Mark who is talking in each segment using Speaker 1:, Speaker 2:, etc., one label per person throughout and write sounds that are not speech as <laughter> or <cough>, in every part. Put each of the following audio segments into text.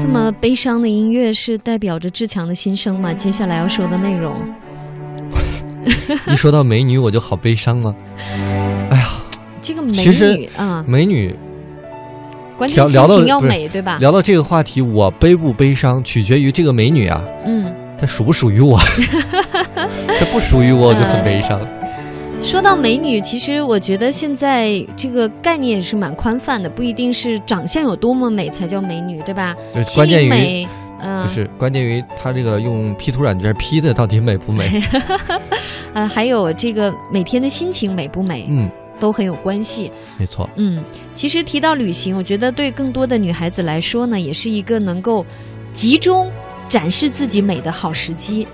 Speaker 1: 这么悲伤的音乐是代表着志强的心声吗？接下来要说的内容，
Speaker 2: 一说到美女，我就好悲伤啊！哎呀，
Speaker 1: 这个
Speaker 2: 其
Speaker 1: 美
Speaker 2: 实
Speaker 1: 女啊，
Speaker 2: 美女
Speaker 1: 关键
Speaker 2: 聊
Speaker 1: 心
Speaker 2: 聊到
Speaker 1: 情要
Speaker 2: 不是
Speaker 1: 美，对吧？
Speaker 2: 聊到这个话题，我悲不悲伤取决于这个美女啊，
Speaker 1: 嗯，
Speaker 2: 她属不属
Speaker 1: <laughs>
Speaker 2: 于我？她不属于我，我就
Speaker 1: 嗯
Speaker 2: 很悲伤。
Speaker 1: 说到美女，其实我觉得现在这个概念也是蛮宽泛的，不一定是长相有多么美才叫美女，对吧？
Speaker 2: 就是
Speaker 1: 心
Speaker 2: 关键
Speaker 1: 灵
Speaker 2: 于
Speaker 1: 美，嗯、
Speaker 2: 不是关键于她这个用 P 图软件 P 的到底美不美？
Speaker 1: <laughs> 呃，还有这个每天的心情美不美，
Speaker 2: 嗯，
Speaker 1: 都很有关系。
Speaker 2: 没错，
Speaker 1: 嗯，其实提到旅行，我觉得对更多的女孩子来说呢，也是一个能够集中展示自己美的好时机，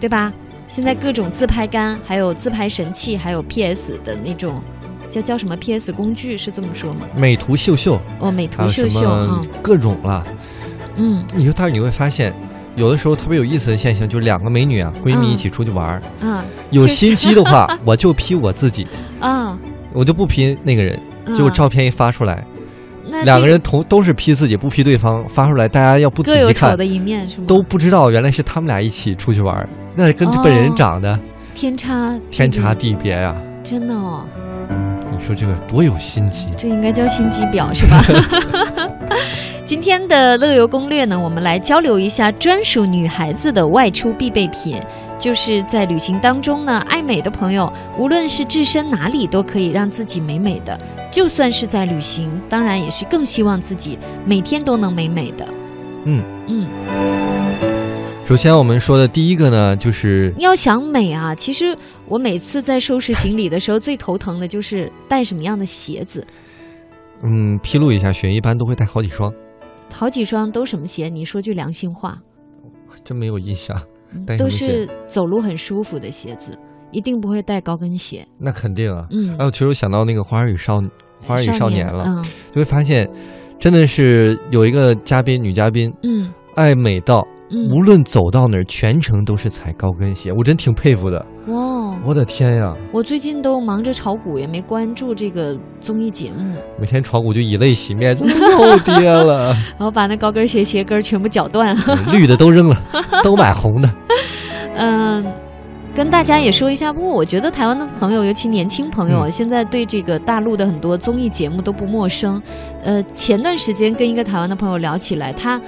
Speaker 1: 对吧？现在各种自拍杆，还有自拍神器，还有 PS 的那种叫叫什么 PS 工具，是这么说吗？
Speaker 2: 美图秀秀，
Speaker 1: 哦，美图
Speaker 2: 还有
Speaker 1: 秀
Speaker 2: 什
Speaker 1: 秀啊
Speaker 2: 么，各种啦。
Speaker 1: 嗯
Speaker 2: 你说，但是你会发现，有的时候特别有意思的现象，就是两个美女啊，闺蜜
Speaker 1: 嗯
Speaker 2: 一起出去玩儿，
Speaker 1: 啊
Speaker 2: 有
Speaker 1: 就是
Speaker 2: 心机
Speaker 1: <laughs>
Speaker 2: 的话，我就 P 我自己，
Speaker 1: 啊，
Speaker 2: 我就不 P 那个人。
Speaker 1: 嗯
Speaker 2: 嗯结果照片一发出来，
Speaker 1: 那这
Speaker 2: 两个人同都是 P 自己，不 P 对方，发出来，大家要不仔
Speaker 1: 各有
Speaker 2: 细
Speaker 1: 丑
Speaker 2: 看
Speaker 1: 的，一面是吗？
Speaker 2: 都不知道原来是他们俩一起出去玩儿，那跟本人
Speaker 1: 哦
Speaker 2: 长得
Speaker 1: 天差
Speaker 2: 天差
Speaker 1: 地
Speaker 2: 地别啊！
Speaker 1: 别，真的哦。
Speaker 2: 你说这个多有心机？
Speaker 1: 这应该叫心机婊是吧？今天的乐游攻略呢，我们来交流一下专属女孩子的外出必备品，就是在旅行当中呢，爱美的朋友，无论是置身哪里，都可以让自己美美的。就算是在旅行，当然也是更希望自己每天都能美美的。
Speaker 2: 嗯
Speaker 1: 嗯，
Speaker 2: 首先我们说的第一个呢，就是
Speaker 1: 要想美啊，其实我每次在收拾行李的时候，最头疼的就是带什么样的鞋子，
Speaker 2: 嗯，披露一下，雪一般都会带好几双，
Speaker 1: 好几双都什么鞋？你说句良心话。
Speaker 2: 真没有印象。
Speaker 1: 嗯
Speaker 2: 带什
Speaker 1: 都
Speaker 2: 么鞋
Speaker 1: 是走路很舒服的鞋子，一定不会带高跟鞋。
Speaker 2: 那肯定啊。
Speaker 1: 嗯，
Speaker 2: 然后其实我想到那个《花儿与少女》《花儿与少年》了，
Speaker 1: 嗯
Speaker 2: 就会发现，真的是有一个嘉宾女嘉宾
Speaker 1: 嗯
Speaker 2: 爱美到，
Speaker 1: 嗯，
Speaker 2: 无论走到哪儿，全程都是踩高跟鞋，我真挺佩服的。
Speaker 1: 哇，
Speaker 2: 我的天呀，
Speaker 1: 我最近都忙着炒股，也没关注这个综艺节目，
Speaker 2: 每天炒股就以泪洗面，又
Speaker 1: <laughs>
Speaker 2: 跌了，嗯
Speaker 1: 然后把那高跟鞋鞋跟儿全部绞断了。 <laughs>
Speaker 2: 绿的都扔了，都买红的。
Speaker 1: 嗯。跟大家也说一下，不过我觉得台湾的朋友，尤其年轻朋友啊，
Speaker 2: 嗯
Speaker 1: 现在对这个大陆的很多综艺节目都不陌生。呃，前段时间跟一个台湾的朋友聊起来，他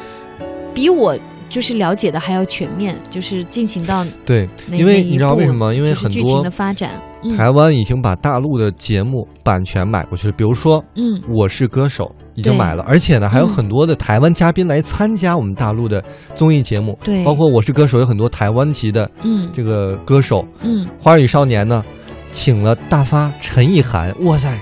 Speaker 1: 比我就是了解的还要全面，就是进行到
Speaker 2: 对，
Speaker 1: 那
Speaker 2: 因为你知道为什么？因为
Speaker 1: 就是
Speaker 2: 很
Speaker 1: 剧情
Speaker 2: 多
Speaker 1: 的发展，嗯
Speaker 2: 台湾已经把大陆的节目版权买过去了，比如说
Speaker 1: 嗯
Speaker 2: 《我是歌手》已经
Speaker 1: 对
Speaker 2: 买了，而且呢，还有
Speaker 1: 嗯
Speaker 2: 很多的台湾嘉宾来参加我们大陆的综艺节目，
Speaker 1: 嗯对
Speaker 2: 包括《我是歌手》有很多台湾籍的
Speaker 1: 嗯
Speaker 2: 这个歌手，
Speaker 1: 嗯
Speaker 2: 《花儿与少年》呢，请了大发、陈意涵，哇塞，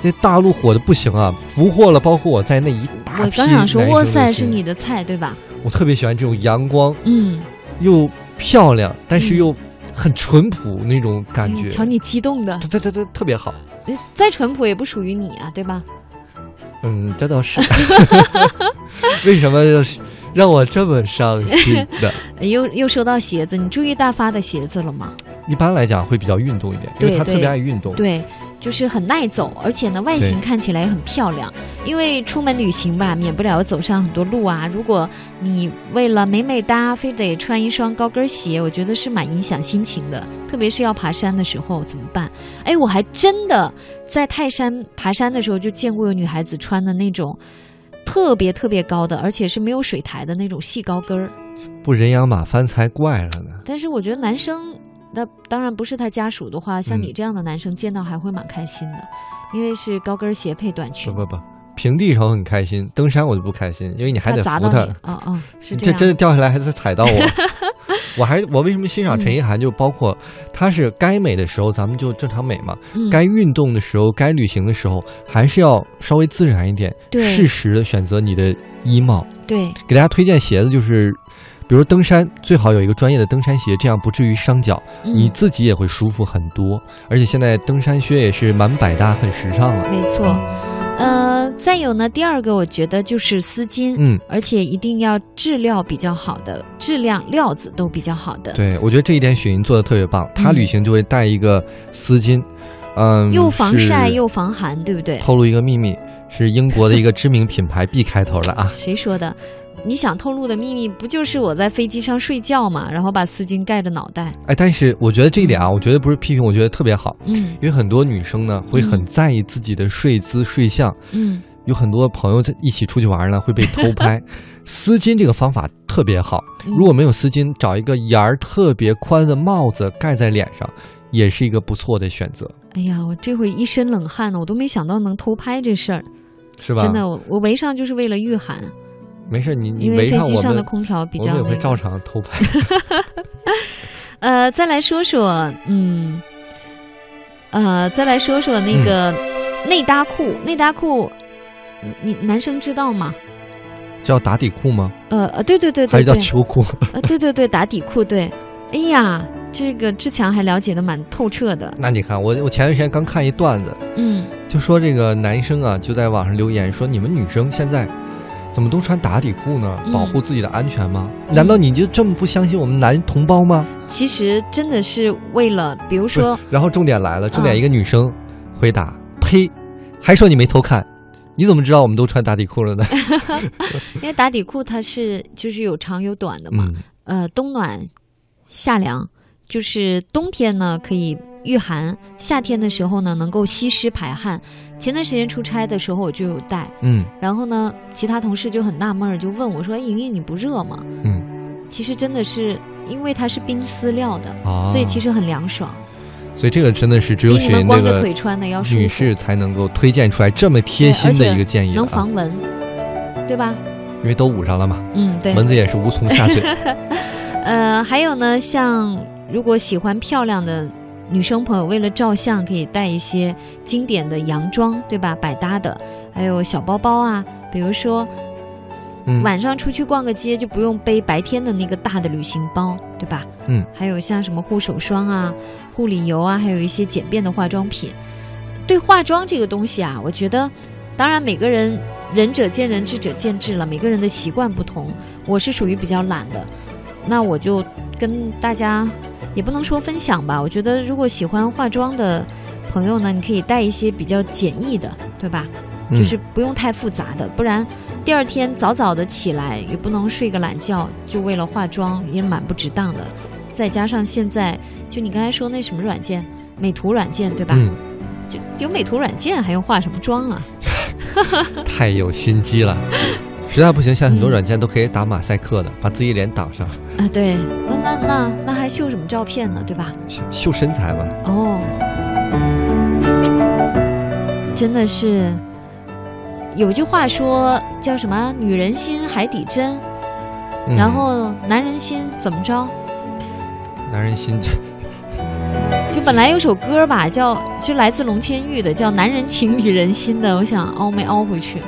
Speaker 2: 这大陆火的不行啊，俘获了包括我在内一大批
Speaker 1: 我刚想说，
Speaker 2: 男生
Speaker 1: 哇
Speaker 2: 的
Speaker 1: 塞，
Speaker 2: 心
Speaker 1: 是你的菜对吧？
Speaker 2: 我特别喜欢这种阳光
Speaker 1: 嗯，
Speaker 2: 又漂亮，但是
Speaker 1: 嗯
Speaker 2: 又很淳朴那种感
Speaker 1: 哎
Speaker 2: 觉
Speaker 1: 呦，瞧你激动的，
Speaker 2: 它它它它特别好。
Speaker 1: 呃再淳朴也不属于你啊，对吧？
Speaker 2: 嗯，这
Speaker 1: <laughs>
Speaker 2: 倒是。 <laughs> 为什么要是让我这么伤心呢？ <laughs>
Speaker 1: 呃又又说到鞋子，你注意大发的鞋子了吗？
Speaker 2: 一般来讲会比较运动一点，因为
Speaker 1: 对
Speaker 2: 他特别
Speaker 1: 对
Speaker 2: 爱运动。
Speaker 1: 对，就是很耐走，而且呢，外形
Speaker 2: 对
Speaker 1: 看起来也很漂亮。因为出门旅行吧，免不了走上很多路啊。如果你为了美美哒，非得穿一双高跟鞋，我觉得是蛮影响心情的。特别是要爬山的时候怎么办？哎，我还真的在泰山爬山的时候就见过有女孩子穿的那种。特别特别高的，而且是没有水苔的那种细高跟儿。
Speaker 2: 不人仰马翻才怪了呢。
Speaker 1: 但是我觉得男生，那当然不是他家属的话，像
Speaker 2: 嗯
Speaker 1: 你这样的男生见到还会蛮开心的，因为是高跟鞋配短
Speaker 2: 不
Speaker 1: 裙，
Speaker 2: 不不，平地上我很开心，登山我就不开心，因为你还
Speaker 1: 怕
Speaker 2: 得
Speaker 1: 砸
Speaker 2: 扶
Speaker 1: 到
Speaker 2: 它
Speaker 1: 你。。哦哦，是
Speaker 2: 你
Speaker 1: 这样。
Speaker 2: 真的掉下来还得踩到
Speaker 1: <laughs>
Speaker 2: 我。我还我为什么欣赏
Speaker 1: 嗯
Speaker 2: 陈意涵？就包括她是该美的时候咱们就正常美嘛，
Speaker 1: 嗯
Speaker 2: 该运动的时候、该旅行的时候，还是要稍微自然一点，
Speaker 1: 对
Speaker 2: 适时的选择你的衣帽。
Speaker 1: 对，
Speaker 2: 给大家推荐鞋子就是。比如登山最好有一个专业的登山鞋，这样不至于伤脚，
Speaker 1: 嗯
Speaker 2: 你自己也会舒服很多。而且现在登山靴也是蛮百搭，很时尚了。
Speaker 1: 没错。呃，再有呢，第二个我觉得就是丝巾，
Speaker 2: 嗯，
Speaker 1: 而且一定要质料比较好的，质量料子都比较好的，
Speaker 2: 对，我觉得这一点雪莹做的特别棒，她
Speaker 1: 嗯
Speaker 2: 旅行就会带一个丝巾，嗯，
Speaker 1: 又防晒
Speaker 2: 是
Speaker 1: 又防寒，对不对？
Speaker 2: 透露一个秘密，是英国的一个知名品牌 B 开头的啊，
Speaker 1: 谁说的？你想透露的秘密，不就是我在飞机上睡觉嘛，然后把丝巾盖着脑袋？
Speaker 2: 哎，但是我觉得这一点啊，我觉得不是批评，我觉得特别好，
Speaker 1: 嗯
Speaker 2: 因为很多女生呢会很在意自己的睡姿睡相，
Speaker 1: 嗯，
Speaker 2: 有很多朋友在一起出去玩呢会被偷
Speaker 1: <laughs>
Speaker 2: 拍。丝巾这个方法特别好，
Speaker 1: 嗯
Speaker 2: 如果没有丝巾，找一个沿儿特别宽的帽子盖在脸上，也是一个不错的选择，
Speaker 1: 哎呀，我这回一身冷汗呢，我都没想到能偷拍这事儿，
Speaker 2: 是吧？
Speaker 1: 真的，我我围上就是为了御寒，
Speaker 2: 没事，你你
Speaker 1: 因为
Speaker 2: 围
Speaker 1: 飞
Speaker 2: 上
Speaker 1: 机
Speaker 2: 我
Speaker 1: 上的
Speaker 2: 们，
Speaker 1: 空调比
Speaker 2: 我们
Speaker 1: 较
Speaker 2: 也
Speaker 1: 那
Speaker 2: 会照
Speaker 1: 个。
Speaker 2: 常
Speaker 1: <laughs>
Speaker 2: 偷拍。
Speaker 1: 呃，再来说说，嗯，呃，再来说说
Speaker 2: 嗯
Speaker 1: 那个内搭裤，内搭裤，你你男生知道吗？
Speaker 2: 叫打底裤吗？
Speaker 1: 呃呃，对对对
Speaker 2: 还
Speaker 1: 对
Speaker 2: 是叫
Speaker 1: 对，
Speaker 2: 秋裤？ <laughs>
Speaker 1: 呃，对对对，打底裤，对。哎呀，这个志强还了解的蛮透彻的，
Speaker 2: 那你看，我我前段时间刚看一段子，
Speaker 1: 嗯
Speaker 2: 就说这个男生啊，就在网上留言说，你们女生现在怎么都穿打底裤呢？
Speaker 1: 嗯
Speaker 2: 保护自己的安全吗？难道你就这么不相信我们男同胞吗？，
Speaker 1: 其实真的是为了，比如
Speaker 2: 不是
Speaker 1: 嗯说，
Speaker 2: 然后重点来了，重
Speaker 1: 嗯
Speaker 2: 点一个女生回答：呸，还说你没偷看，你怎么知道我们都穿打底
Speaker 1: <laughs>
Speaker 2: 裤了呢？
Speaker 1: 因为打底裤它是就是有长有短的嘛，
Speaker 2: 嗯，
Speaker 1: 呃，冬暖夏凉，就是冬天呢可以御寒，夏天的时候呢能够吸湿排汗。前段时间出差的时候我就有带，
Speaker 2: 嗯，
Speaker 1: 然后呢，其他同事就很纳闷儿，就问我说：“哎，莹莹你不热吗？”嗯，其实真的是因为它是冰丝料的，
Speaker 2: 啊
Speaker 1: 所以其实很凉爽，
Speaker 2: 所以这个真的是只有
Speaker 1: 比你
Speaker 2: 雪
Speaker 1: 们
Speaker 2: 莹
Speaker 1: 光
Speaker 2: 这
Speaker 1: 着
Speaker 2: 个
Speaker 1: 腿穿的要舒服，
Speaker 2: 女士才能够推荐出来这么贴心
Speaker 1: 对而
Speaker 2: 的
Speaker 1: 且
Speaker 2: 一个建议了
Speaker 1: 能
Speaker 2: 啊，
Speaker 1: 防蚊，对吧？
Speaker 2: 因为都捂上了嘛，
Speaker 1: 嗯，对。
Speaker 2: 啊蚊子也是无从下
Speaker 1: <laughs>
Speaker 2: 手。
Speaker 1: 呃，还有呢，像如果喜欢漂亮的女生朋友，为了照相，可以带一些经典的洋装，对吧？百搭的，还有小包包啊，比如说
Speaker 2: 嗯，
Speaker 1: 晚上出去逛个街，就不用背白天的那个大的旅行包，对吧？
Speaker 2: 嗯，
Speaker 1: 还有像什么护手霜啊、护理油啊，还有一些简便的化妆品。对化妆这个东西啊，我觉得，当然每个人仁者见仁，智者见智了，每个人的习惯不同。我是属于比较懒的，那我就跟大家也不能说分享吧。我觉得如果喜欢化妆的朋友呢，你可以带一些比较简易的，对吧？就
Speaker 2: 嗯
Speaker 1: 是不用太复杂的，不然第二天早早的起来也不能睡个懒觉，就为了化妆也蛮不值当的。再加上现在就你刚才说那什么软件，美图软件对吧？
Speaker 2: 嗯。
Speaker 1: 就有美图软件还用化什么妆啊？
Speaker 2: 太有心
Speaker 1: <laughs>
Speaker 2: 机了。实在不行，现在很
Speaker 1: 嗯
Speaker 2: 多软件都可以打马赛克的，把自己脸挡上，
Speaker 1: 啊，对，那那那那还秀什么照片呢？对吧？
Speaker 2: 秀秀身材嘛。
Speaker 1: 哦，真的是有句话说叫什么“女人心海底针”，
Speaker 2: 嗯
Speaker 1: 然后男人心怎么着？
Speaker 2: 男人心，
Speaker 1: 就本来有首歌吧，叫就来自龙千玉的，叫《男人情女人心》的，我想凹没凹回去。